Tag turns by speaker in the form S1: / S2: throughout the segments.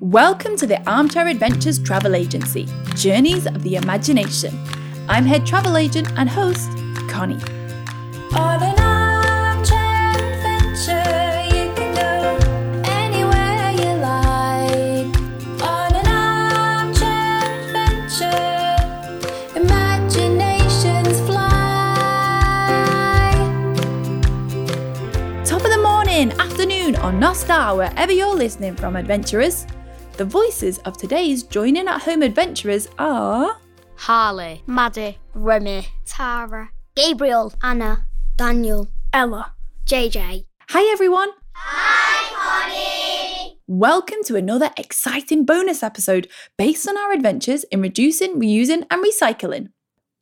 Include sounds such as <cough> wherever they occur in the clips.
S1: Welcome to the Armchair Adventures Travel Agency Journeys of the Imagination. I'm head travel agent and host, Connie.
S2: On an armchair adventure, you can go anywhere you like. On an armchair adventure, imaginations fly.
S1: Top of the morning, afternoon, or North Star, wherever you're listening from, adventurers. The voices of today's joining at home adventurers are.
S3: Harley,
S4: Maddie, Remy,
S3: Tara,
S4: Gabriel, Anna, Daniel,
S3: Ella,
S4: JJ.
S1: Hi, everyone. Hi, Connie. Welcome to another exciting bonus episode based on our adventures in reducing, reusing, and recycling.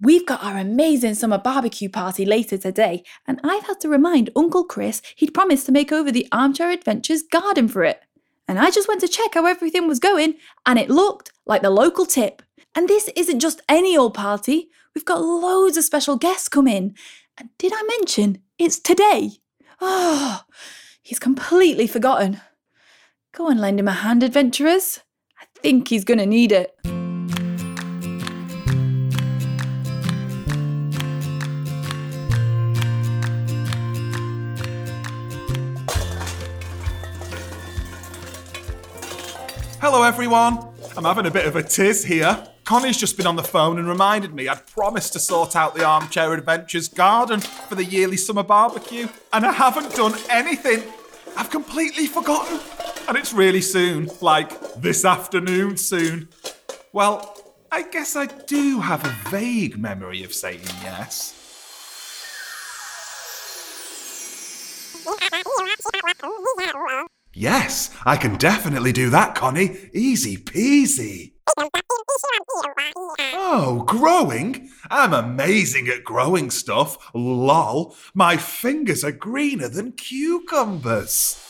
S1: We've got our amazing summer barbecue party later today, and I've had to remind Uncle Chris he'd promised to make over the Armchair Adventures garden for it. And I just went to check how everything was going, and it looked like the local tip. And this isn't just any old party, we've got loads of special guests coming. And did I mention it's today? Oh, he's completely forgotten. Go and lend him a hand, adventurers. I think he's going to need it.
S5: Hello, everyone. I'm having a bit of a tiz here. Connie's just been on the phone and reminded me I'd promised to sort out the Armchair Adventures garden for the yearly summer barbecue, and I haven't done anything. I've completely forgotten. And it's really soon, like this afternoon soon. Well, I guess I do have a vague memory of saying yes. Yes, I can definitely do that, Connie. Easy peasy. Oh, growing? I'm amazing at growing stuff. Lol. My fingers are greener than cucumbers.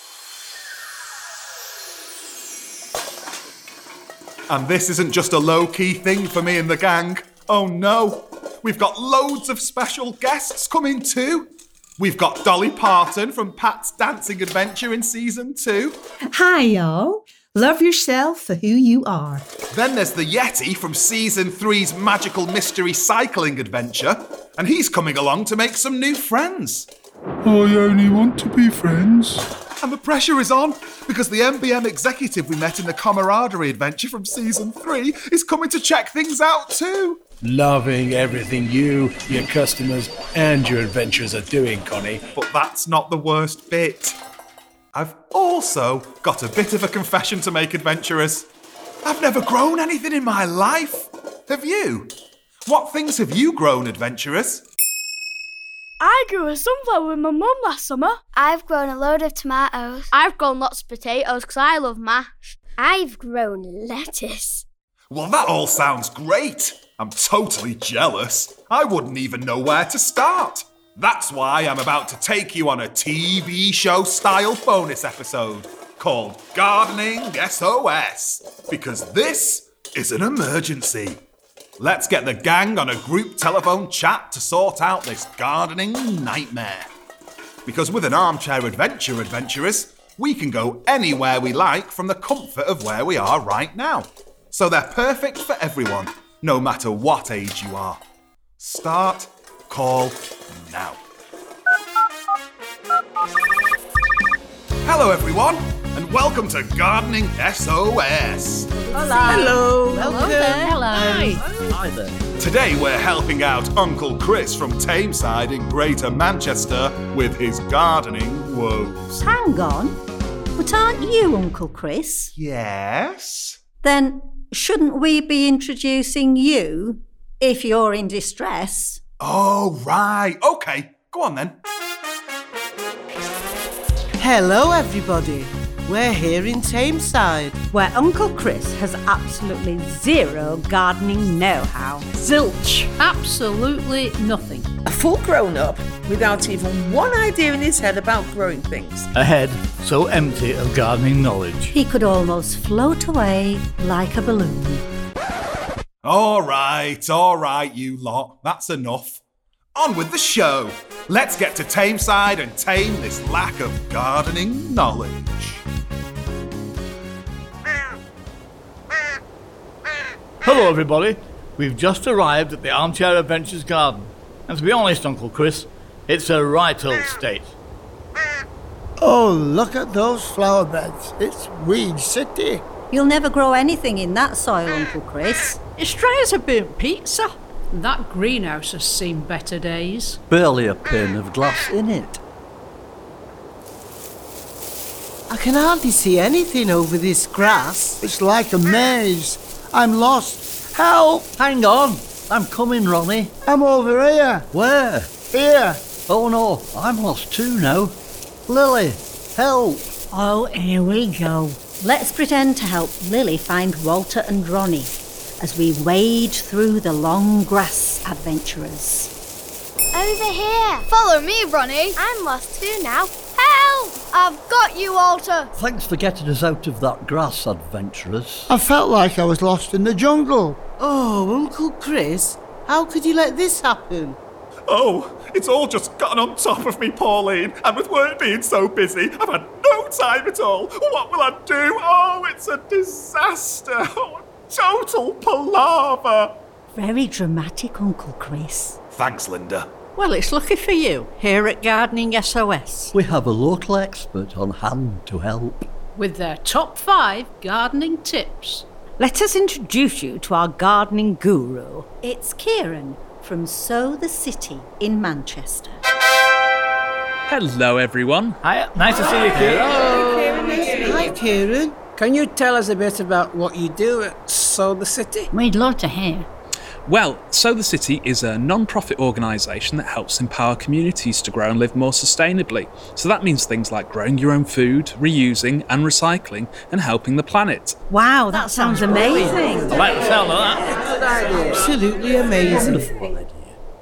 S5: And this isn't just a low key thing for me and the gang. Oh no, we've got loads of special guests coming too. We've got Dolly Parton from Pat's Dancing Adventure in season two.
S6: Hi, y'all. Love yourself for who you are.
S5: Then there's the Yeti from season three's magical mystery cycling adventure, and he's coming along to make some new friends.
S7: I only want to be friends.
S5: And the pressure is on because the MBM executive we met in the camaraderie adventure from season three is coming to check things out too.
S7: Loving everything you, your customers, and your adventures are doing, Connie.
S5: But that's not the worst bit. I've also got a bit of a confession to make, adventurers. I've never grown anything in my life. Have you? What things have you grown, adventurers?
S8: I grew a sunflower with my mum last summer.
S4: I've grown a load of tomatoes.
S3: I've grown lots of potatoes because I love mash.
S4: I've grown lettuce.
S5: Well, that all sounds great. I'm totally jealous. I wouldn't even know where to start. That's why I'm about to take you on a TV show style bonus episode called Gardening SOS. Because this is an emergency. Let's get the gang on a group telephone chat to sort out this gardening nightmare. Because with an armchair adventure, adventurers, we can go anywhere we like from the comfort of where we are right now. So they're perfect for everyone, no matter what age you are. Start call now. Hello, everyone, and welcome to Gardening SOS.
S6: Hello. Welcome.
S5: Today we're helping out Uncle Chris from Tameside in Greater Manchester with his gardening woes.
S9: Hang on. But aren't you Uncle Chris?
S5: Yes?
S9: Then shouldn't we be introducing you if you're in distress?
S5: Oh, right. Okay, go on then.
S10: Hello, everybody. We're here in Tameside.
S9: Where Uncle Chris has absolutely zero gardening know how. Zilch.
S11: Absolutely nothing.
S12: a full grown up without even one idea in his head about growing things.
S7: A head so empty of gardening knowledge.
S9: He could almost float away like a balloon.
S5: All right, all right, you lot. That's enough. On with the show. Let's get to Tameside and tame this lack of gardening knowledge.
S13: Hello, everybody. We've just arrived at the Armchair Adventures Garden. And to be honest, Uncle Chris, it's a right old state.
S14: Oh, look at those flower beds. It's Weed City.
S9: You'll never grow anything in that soil, Uncle Chris.
S11: It's dry as a burnt pizza. That greenhouse has seen better days.
S15: Barely a pane of glass in it.
S10: I can hardly see anything over this grass.
S14: It's like a maze. I'm lost. Help!
S15: Hang on. I'm coming, Ronnie.
S14: I'm over here.
S15: Where?
S14: Here.
S15: Oh no, I'm lost too now. Lily, help!
S9: Oh, here we go. Let's pretend to help Lily find Walter and Ronnie as we wade through the long grass adventurers.
S4: Over here. Follow me, Ronnie. I'm lost too now. Help! I've got you, Walter.
S15: Thanks for getting us out of that grass, adventurers.
S14: I felt like I was lost in the jungle.
S10: Oh, Uncle Chris, how could you let this happen?
S5: Oh, it's all just gotten on top of me, Pauline. And with work being so busy, I've had no time at all. What will I do? Oh, it's a disaster. <laughs> Oh, total palaver.
S9: Very dramatic, Uncle Chris.
S5: Thanks, Linda.
S11: Well, it's lucky for you. Here at Gardening SOS,
S15: We have a local expert on hand to help.
S11: with their top five gardening tips.
S16: Let us introduce you to our gardening guru.
S9: It's Kieran from So the City in Manchester.
S17: Hello, everyone. Hi, nice to see you,
S10: Hi, Kieran.
S18: Can you tell us a bit about what you do at So the City?
S16: We'd love to hear.
S17: Well, So the City is a non profit organisation that helps empower communities to grow and live more sustainably. So that means things like growing your own food, reusing and recycling, and helping the planet.
S16: Wow, that, sounds, amazing.
S17: I like the sound of that.
S10: Absolutely amazing.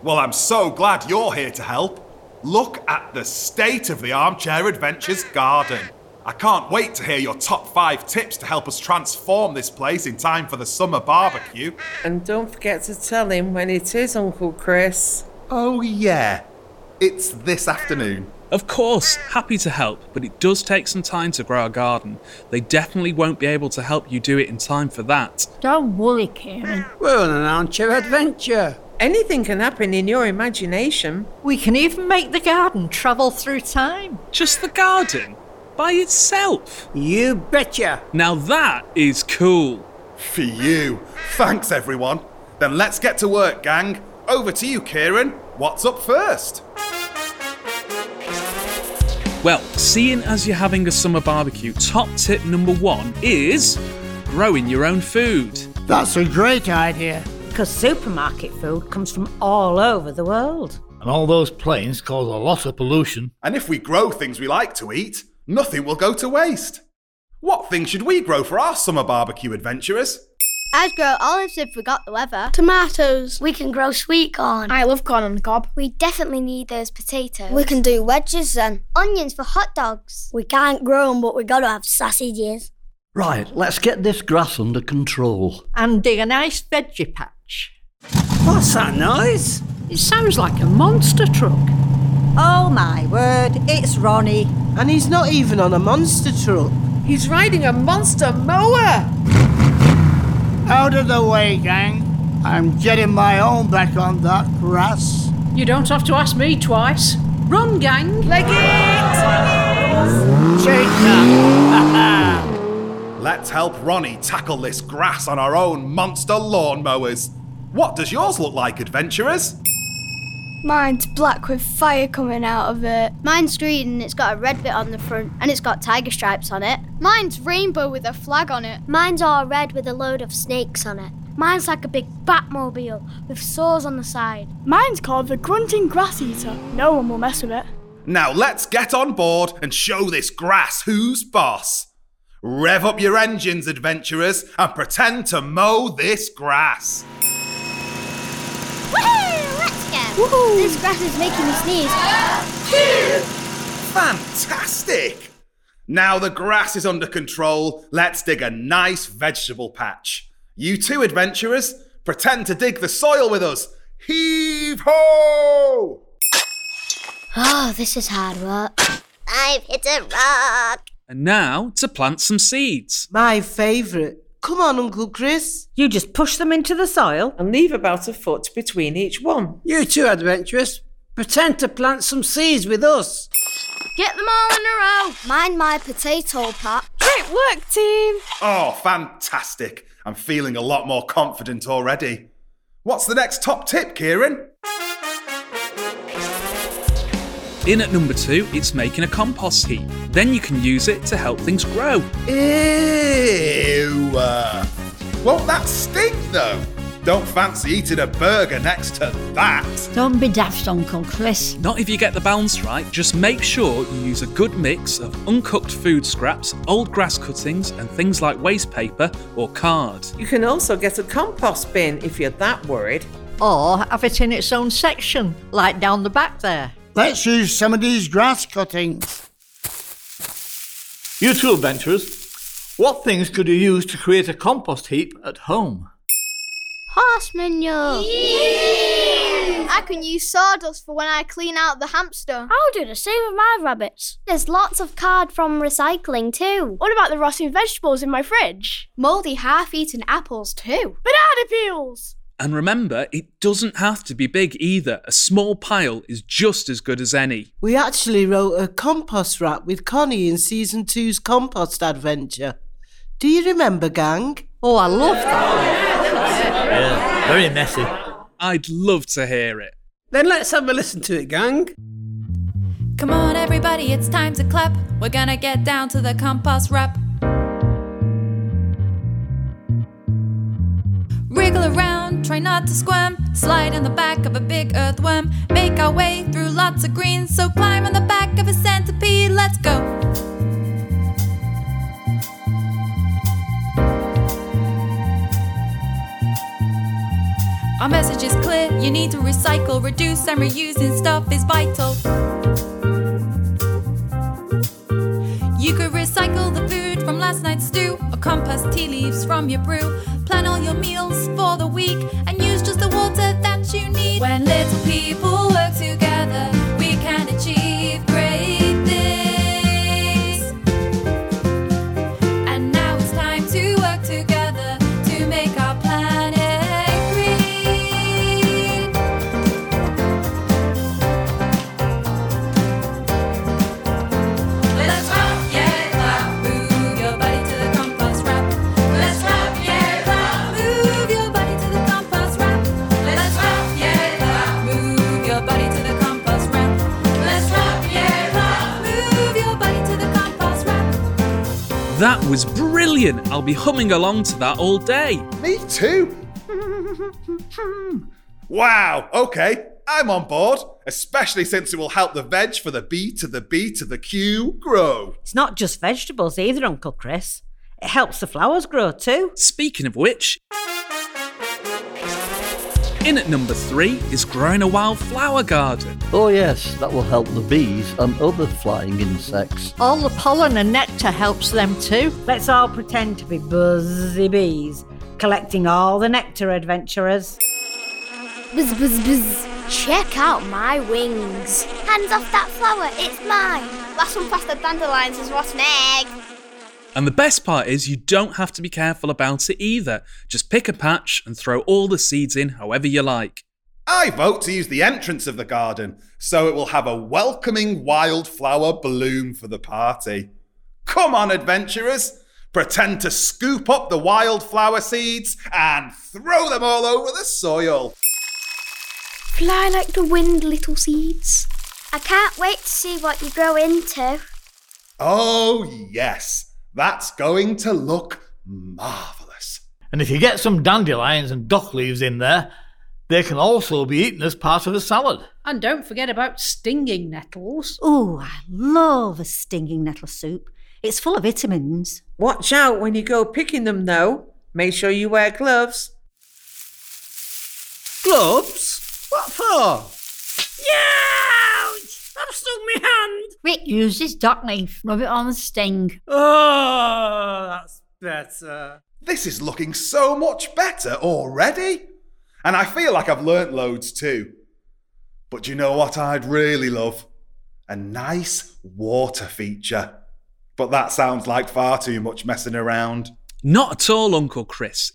S5: Well, I'm so glad you're here to help. Look at the state of the Armchair Adventures garden. I can't wait to hear your top five tips to help us transform this place in time for the summer barbecue.
S12: And don't forget to tell him when it is, Uncle Chris.
S5: Oh, yeah. It's this afternoon.
S17: Of course, happy to help, but it does take some time to grow a garden. They definitely won't be able to help you do it in time for that.
S16: Don't worry, Kieran.
S18: We're on an armchair adventure.
S12: Anything can happen in your imagination.
S11: We can even make the garden travel through time.
S17: Just the garden by itself.
S18: You betcha.
S17: Now that is cool.
S5: For you. Thanks, everyone. Then let's get to work, gang. Over to you, Kieran. What's up first?
S17: Well, seeing as you're having a summer barbecue, top tip number one is growing your own food.
S14: That's a great idea.
S16: Because supermarket food comes from all over the world.
S13: And all those planes cause a lot of pollution.
S5: And if we grow things we like to eat, nothing will go to waste. What things should we grow for our summer barbecue adventurers?
S4: I'd grow olives if we got the weather.
S3: Tomatoes.
S4: We can grow sweet corn.
S3: I love corn on the cob.
S4: We definitely need those potatoes.
S19: We can do wedges then.
S4: onions for hot dogs.
S19: We can't grow 'em, but we gotta have sausages.
S15: Right, let's get this grass under control.
S11: And dig a nice veggie patch.
S18: What's that noise?
S11: It sounds like a monster truck.
S9: Oh my word, it's Ronnie.
S10: And he's not even on a monster truck.
S12: He's riding a monster mower.
S14: Out of the way, gang. I'm getting my own back on that grass.
S11: You don't have to ask me twice. Run, gang!
S12: Leg it!
S14: Take that.
S5: <laughs> Let's help Ronnie tackle this grass on our own monster lawnmowers. What does yours look like, adventurers?
S8: Mine's black with fire coming out of it.
S3: Mine's green and it's got a red bit on the front and it's got tiger stripes on it. Mine's rainbow with a flag on it.
S4: Mine's all red with a load of snakes on it. Mine's like a big Batmobile with saws on the side.
S8: Mine's called the Grunting Grass Eater. No one will mess with it.
S5: Now let's get on board and show this grass who's boss. Rev up your engines, adventurers, and pretend to mow this grass.
S4: Woohoo! Let's go! This grass is making me sneeze.
S5: Fantastic! Now the grass is under control, let's dig a nice vegetable patch. You two adventurers, pretend to dig the soil with us. Heave ho!
S4: Oh, this is hard work. I've hit a rock.
S17: And now to plant some seeds.
S10: My favourite Come on, Uncle Chris.
S16: You just push them into the soil
S12: and leave about a foot between each one.
S18: You two adventurous, pretend to plant some seeds with us.
S4: Get them all in a row.
S19: Mind my potato pot.
S4: Great work, team.
S5: Oh, fantastic. I'm feeling a lot more confident already. What's the next top tip, Kieran?
S17: In at number two, it's making a compost heap. Then you can use it to help things grow.
S5: Ew. uh, Eh, Won't that stink though? Don't fancy eating a burger next to that.
S9: Don't be daft, Uncle Chris.
S17: Not if you get the balance right, just make sure you use a good mix of uncooked food scraps, old grass cuttings, and things like waste paper or card.
S12: You can also get a compost bin if you're that worried.
S20: Or have it in its own section, like down the back there.
S14: Let's use some of these grass cuttings.
S13: You two adventurers, what things could you use to create a compost heap at home?
S4: Horse manure.
S3: I can use sawdust for when I clean out the hamster.
S4: I'll do the same with my rabbits.
S21: There's lots of card from recycling too.
S8: What about the rotting vegetables in my fridge?
S3: Mouldy half eaten apples too.
S8: Banana peels!
S17: And remember, it doesn't have to be big either. A small pile is just as good as any.
S10: We actually wrote a compost rap with Connie in season two's compost adventure. Do you remember, gang?
S20: Oh, I love that.
S13: Yeah, very messy.
S17: I'd love to hear it.
S18: Then let's have a listen to it, gang.
S2: Come on, everybody, it's time to clap. We're gonna get down to the compost wrap. Wriggle around, try not to squirm. Slide on the back of a big earthworm. Make our way through lots of green. So climb on the back of a centipede. Let's go. Our message is clear you need to recycle, reduce, and reusing stuff is vital. You could recycle the food from last night's stew, or compost tea leaves from your brew. Plan all your meals for the week and use just the water that you need. When little people work together, we can achieve great things. And now it's time to work together to make our planet green. Let's rock, yeah, rock, move your body to the compost wrap. Let's rock, yeah, rock, move your body to the compost wrap. Let's rock, yeah, rock, move your body to the compost wrap. Let's rock, yeah, rock, move your body to the compost wrap.
S17: That was brilliant. I'll be humming along to that all day.
S5: Me too. Wow, okay, I'm on board, especially since it will help the veg for the B to the B to the Q grow.
S16: It's not just vegetables either, Uncle Chris. It helps the flowers grow too.
S17: Speaking of which, in at number three is growing a wildflower garden.
S15: Oh, yes, that will help the bees and other flying insects.
S20: All the pollen and nectar helps them too.
S16: Let's all pretend to be buzzy bees, collecting all the nectar, adventurers.
S19: Buzz, buzz, buzz.
S4: Check out my wings.
S19: Hands off that flower, it's mine.
S3: Last one past the dandelions is rotten egg.
S17: And the best part is you don't have to be careful about it either. Just pick a patch and throw all the seeds in however you like.
S5: I vote to use the entrance of the garden so it will have a welcoming wildflower bloom for the party. Come on, adventurers! Pretend to scoop up the wildflower seeds and throw them all over the soil.
S4: Fly like the wind, little seeds.
S19: I can't wait to see what you grow into.
S5: Oh, yes, that's going to look marvellous.
S13: And if you get some dandelions and dock leaves in there, they can also be eaten as part of a salad.
S11: And don't forget about stinging nettles.
S9: Ooh, I love a stinging nettle soup. It's full of vitamins.
S12: Watch out when you go picking them, though. Make sure you wear gloves.
S18: Gloves? What for?
S12: Ouch! I've stung my hand!
S20: Rick uses duck knife, rub it on the sting.
S2: Ah.
S18: Oh, that's better.
S5: This is looking so much better already. And I feel like I've learnt loads too. But you know what I'd really love? A nice water feature. But that sounds like far too much messing around.
S17: Not at all, Uncle Chris.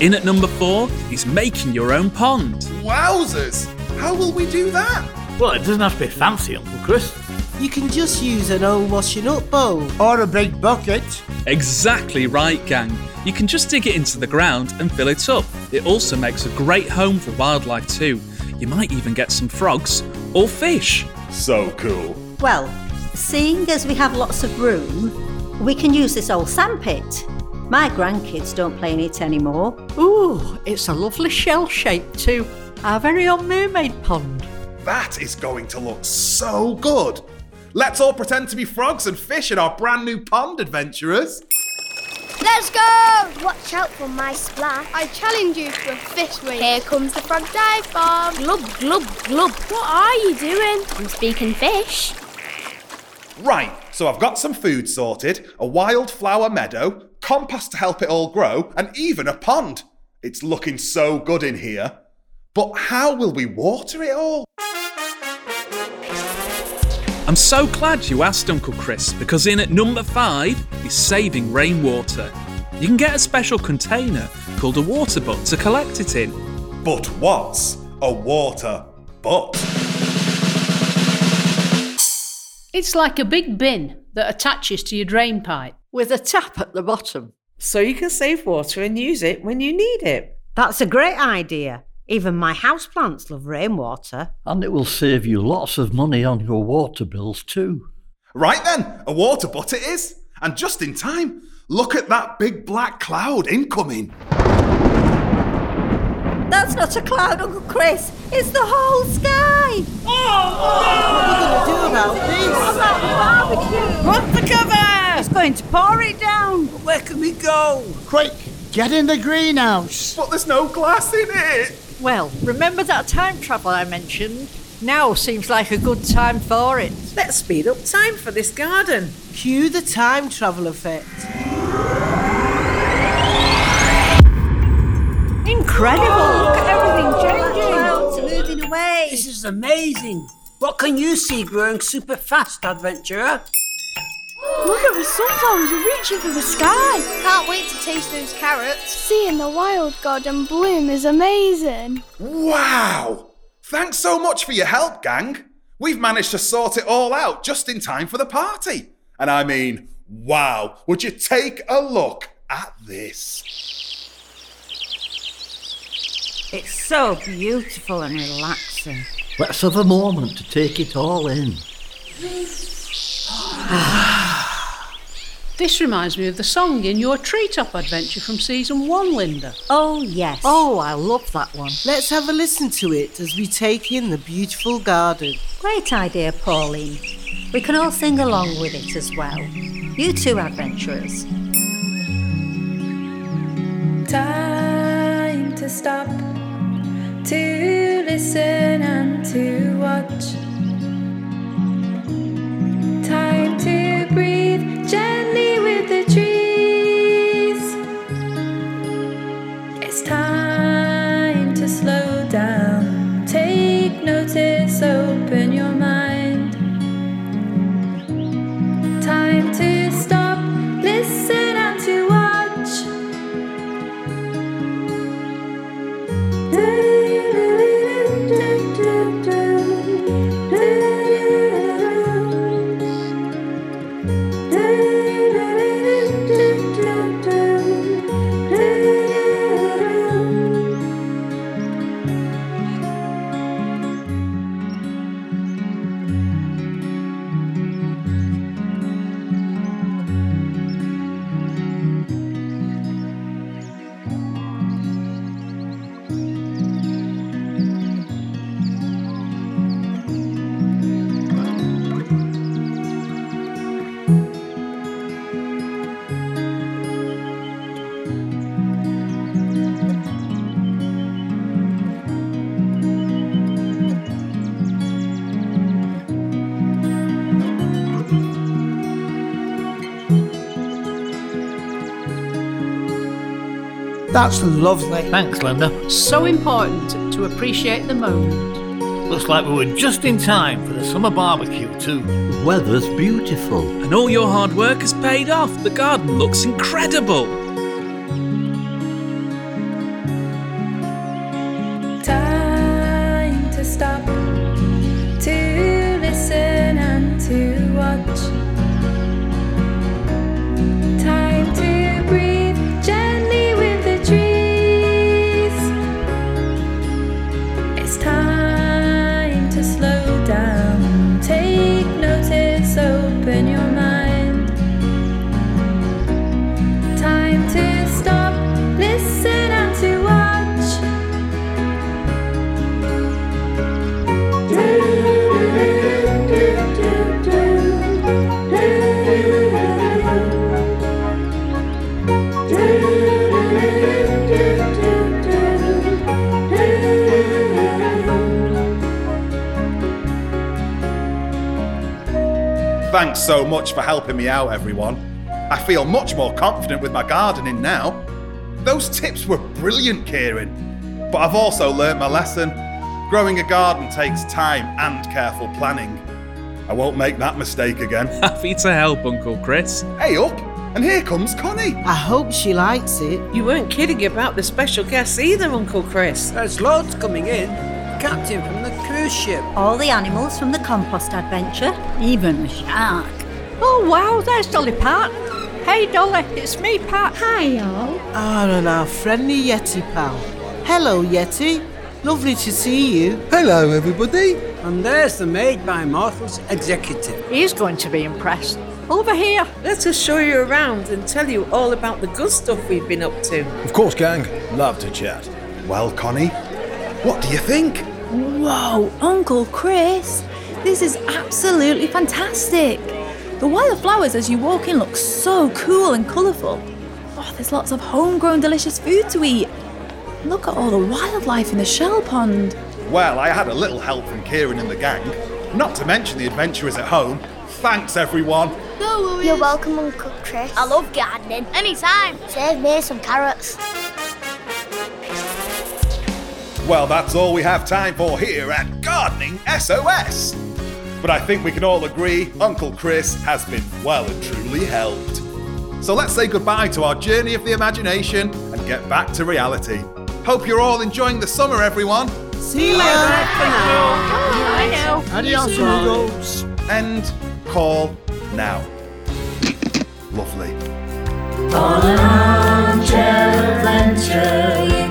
S17: In at number four is making your own pond.
S5: Wowzers! How will we do that?
S13: Well, it doesn't have to be fancy, Uncle Chris.
S10: You can just use an old washing up bowl. Or a big bucket.
S17: Exactly right, gang. You can just dig it into the ground and fill it up. It also makes a great home for wildlife, too. You might even get some frogs or fish.
S5: So cool.
S9: Well, seeing as we have lots of room, we can use this old sandpit. My grandkids don't play in it anymore.
S20: Ooh, it's a lovely shell shape too. Our very own mermaid pond.
S5: That is going to look so good. Let's all pretend to be frogs and fish in our brand new pond, adventurers.
S4: Let's go!
S19: Watch out for my splash.
S4: I challenge you to a fish race.
S21: Here comes the frog dive bomb. Glub, glub, glub. What are you doing? I'm speaking fish.
S5: Right, so I've got some food sorted, a wildflower meadow, compost to help it all grow, and even a pond. It's looking so good in here. But how will we water it all?
S17: I'm so glad you asked, Uncle Chris, because in at number five is saving rainwater. You can get a special container called a water butt to collect it in.
S5: But what's a water butt?
S11: It's like a big bin that attaches to your drain pipe.
S20: With a tap at the bottom.
S12: So you can save water and use it when you need it.
S16: That's a great idea. Even my houseplants love rainwater.
S15: And it will save you lots of money on your water bills too.
S5: Right then, a water butt it is. And just in time, look at that big black cloud incoming.
S9: That's not a cloud, Uncle Chris. It's the whole sky.
S10: What are we going to do about this?
S12: Run for cover!
S16: It's going to pour it down.
S14: Where can we go? Quick, get in the greenhouse.
S5: But there's no glass in it.
S20: Well, remember that time travel I mentioned? Now seems like a good time for it.
S12: Let's speed up time for this garden.
S10: Cue the time travel effect.
S20: Incredible! Look at
S9: Clouds are moving away.
S18: This is amazing. What can you see growing super fast, adventurer?
S8: Look at the sunflowers are reaching for the sky.
S3: Can't wait to taste those carrots.
S4: Seeing the wild garden bloom is amazing.
S5: Wow! Thanks so much for your help, gang. We've managed to sort it all out just in time for the party. And I mean, wow, would you take a look at this?
S16: It's so beautiful and relaxing.
S15: Let's have a moment to take it all in.
S11: This reminds me of the song in your treetop adventure from season one, Linda.
S9: Oh, yes.
S20: Oh, I love that one.
S10: Let's have a listen to it as we take in the beautiful garden.
S9: Great idea, Pauline. We can all sing along with it as well. You two adventurers.
S2: Time to stop, to listen and to watch. Time to breathe gently with the trees. It's time to slow down, take notice, open your mind. Time to stop, listen and to watch.
S14: That's lovely.
S13: Thanks, Linda.
S11: So important to appreciate the moment.
S13: Looks like we were just in time for the summer barbecue, too.
S17: The weather's beautiful. And all your hard work has paid off. The garden looks incredible.
S2: Time to stop, to listen and to watch. Time to breathe gently with the trees. It's time to slow down, take notice, open your mind. Time to stop, listen and to watch.
S5: Thanks so much for helping me out, everyone. I feel much more confident with my gardening now. Those tips were brilliant, Kieran. But I've also learnt my lesson. Growing a garden takes time and careful planning. I won't make that mistake again.
S17: <laughs> Happy to help, Uncle Chris.
S5: Hey, up! And here comes Connie.
S10: I hope she likes it.
S12: You weren't kidding about the special guests either, Uncle Chris.
S18: There's loads coming in. Captain from the cruise ship.
S9: All the animals from the compost adventure, even a shark.
S20: Oh, wow, there's Dolly Parton. Hey, Dolly, it's me, Pat. Hi, all.
S10: Ah, and our friendly Yeti pal. Hello, Yeti. Lovely to see you.
S15: Hello, everybody.
S18: And there's the Made by Mortals executive.
S20: He's going to be impressed. Over here.
S12: Let us show you around and tell you all about the good stuff we've been up to.
S7: Of course, gang. Love to chat.
S5: Well, Connie, what do you think?
S1: Whoa, Uncle Chris, this is absolutely fantastic. The wildflowers as you walk in look so cool and colourful. Oh, there's lots of homegrown delicious food to eat. Look at all the wildlife in the shell pond.
S5: Well, I had a little help from Kieran and the gang, not to mention the adventurers at home. Thanks, everyone.
S19: You're welcome, Uncle Chris. I love gardening. Anytime. Serve me some carrots.
S5: Well, that's all we have time for here at Gardening SOS. But I think we can all agree Uncle Chris has been well and truly helped. So let's say goodbye to our journey of the imagination and get back to reality. Hope you're all enjoying the summer, everyone.
S10: See you later.
S20: I know.
S10: Adios, amigos.
S5: End call now. Lovely.
S2: You can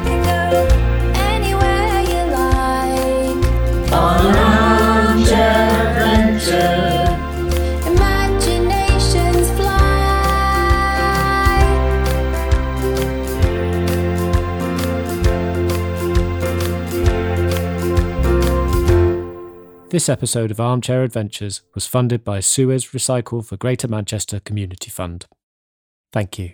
S2: go anywhere you like. Imaginations fly.
S22: This episode of Armchair Adventures was funded by Suez Recycle for Greater Manchester Community Fund. Thank you.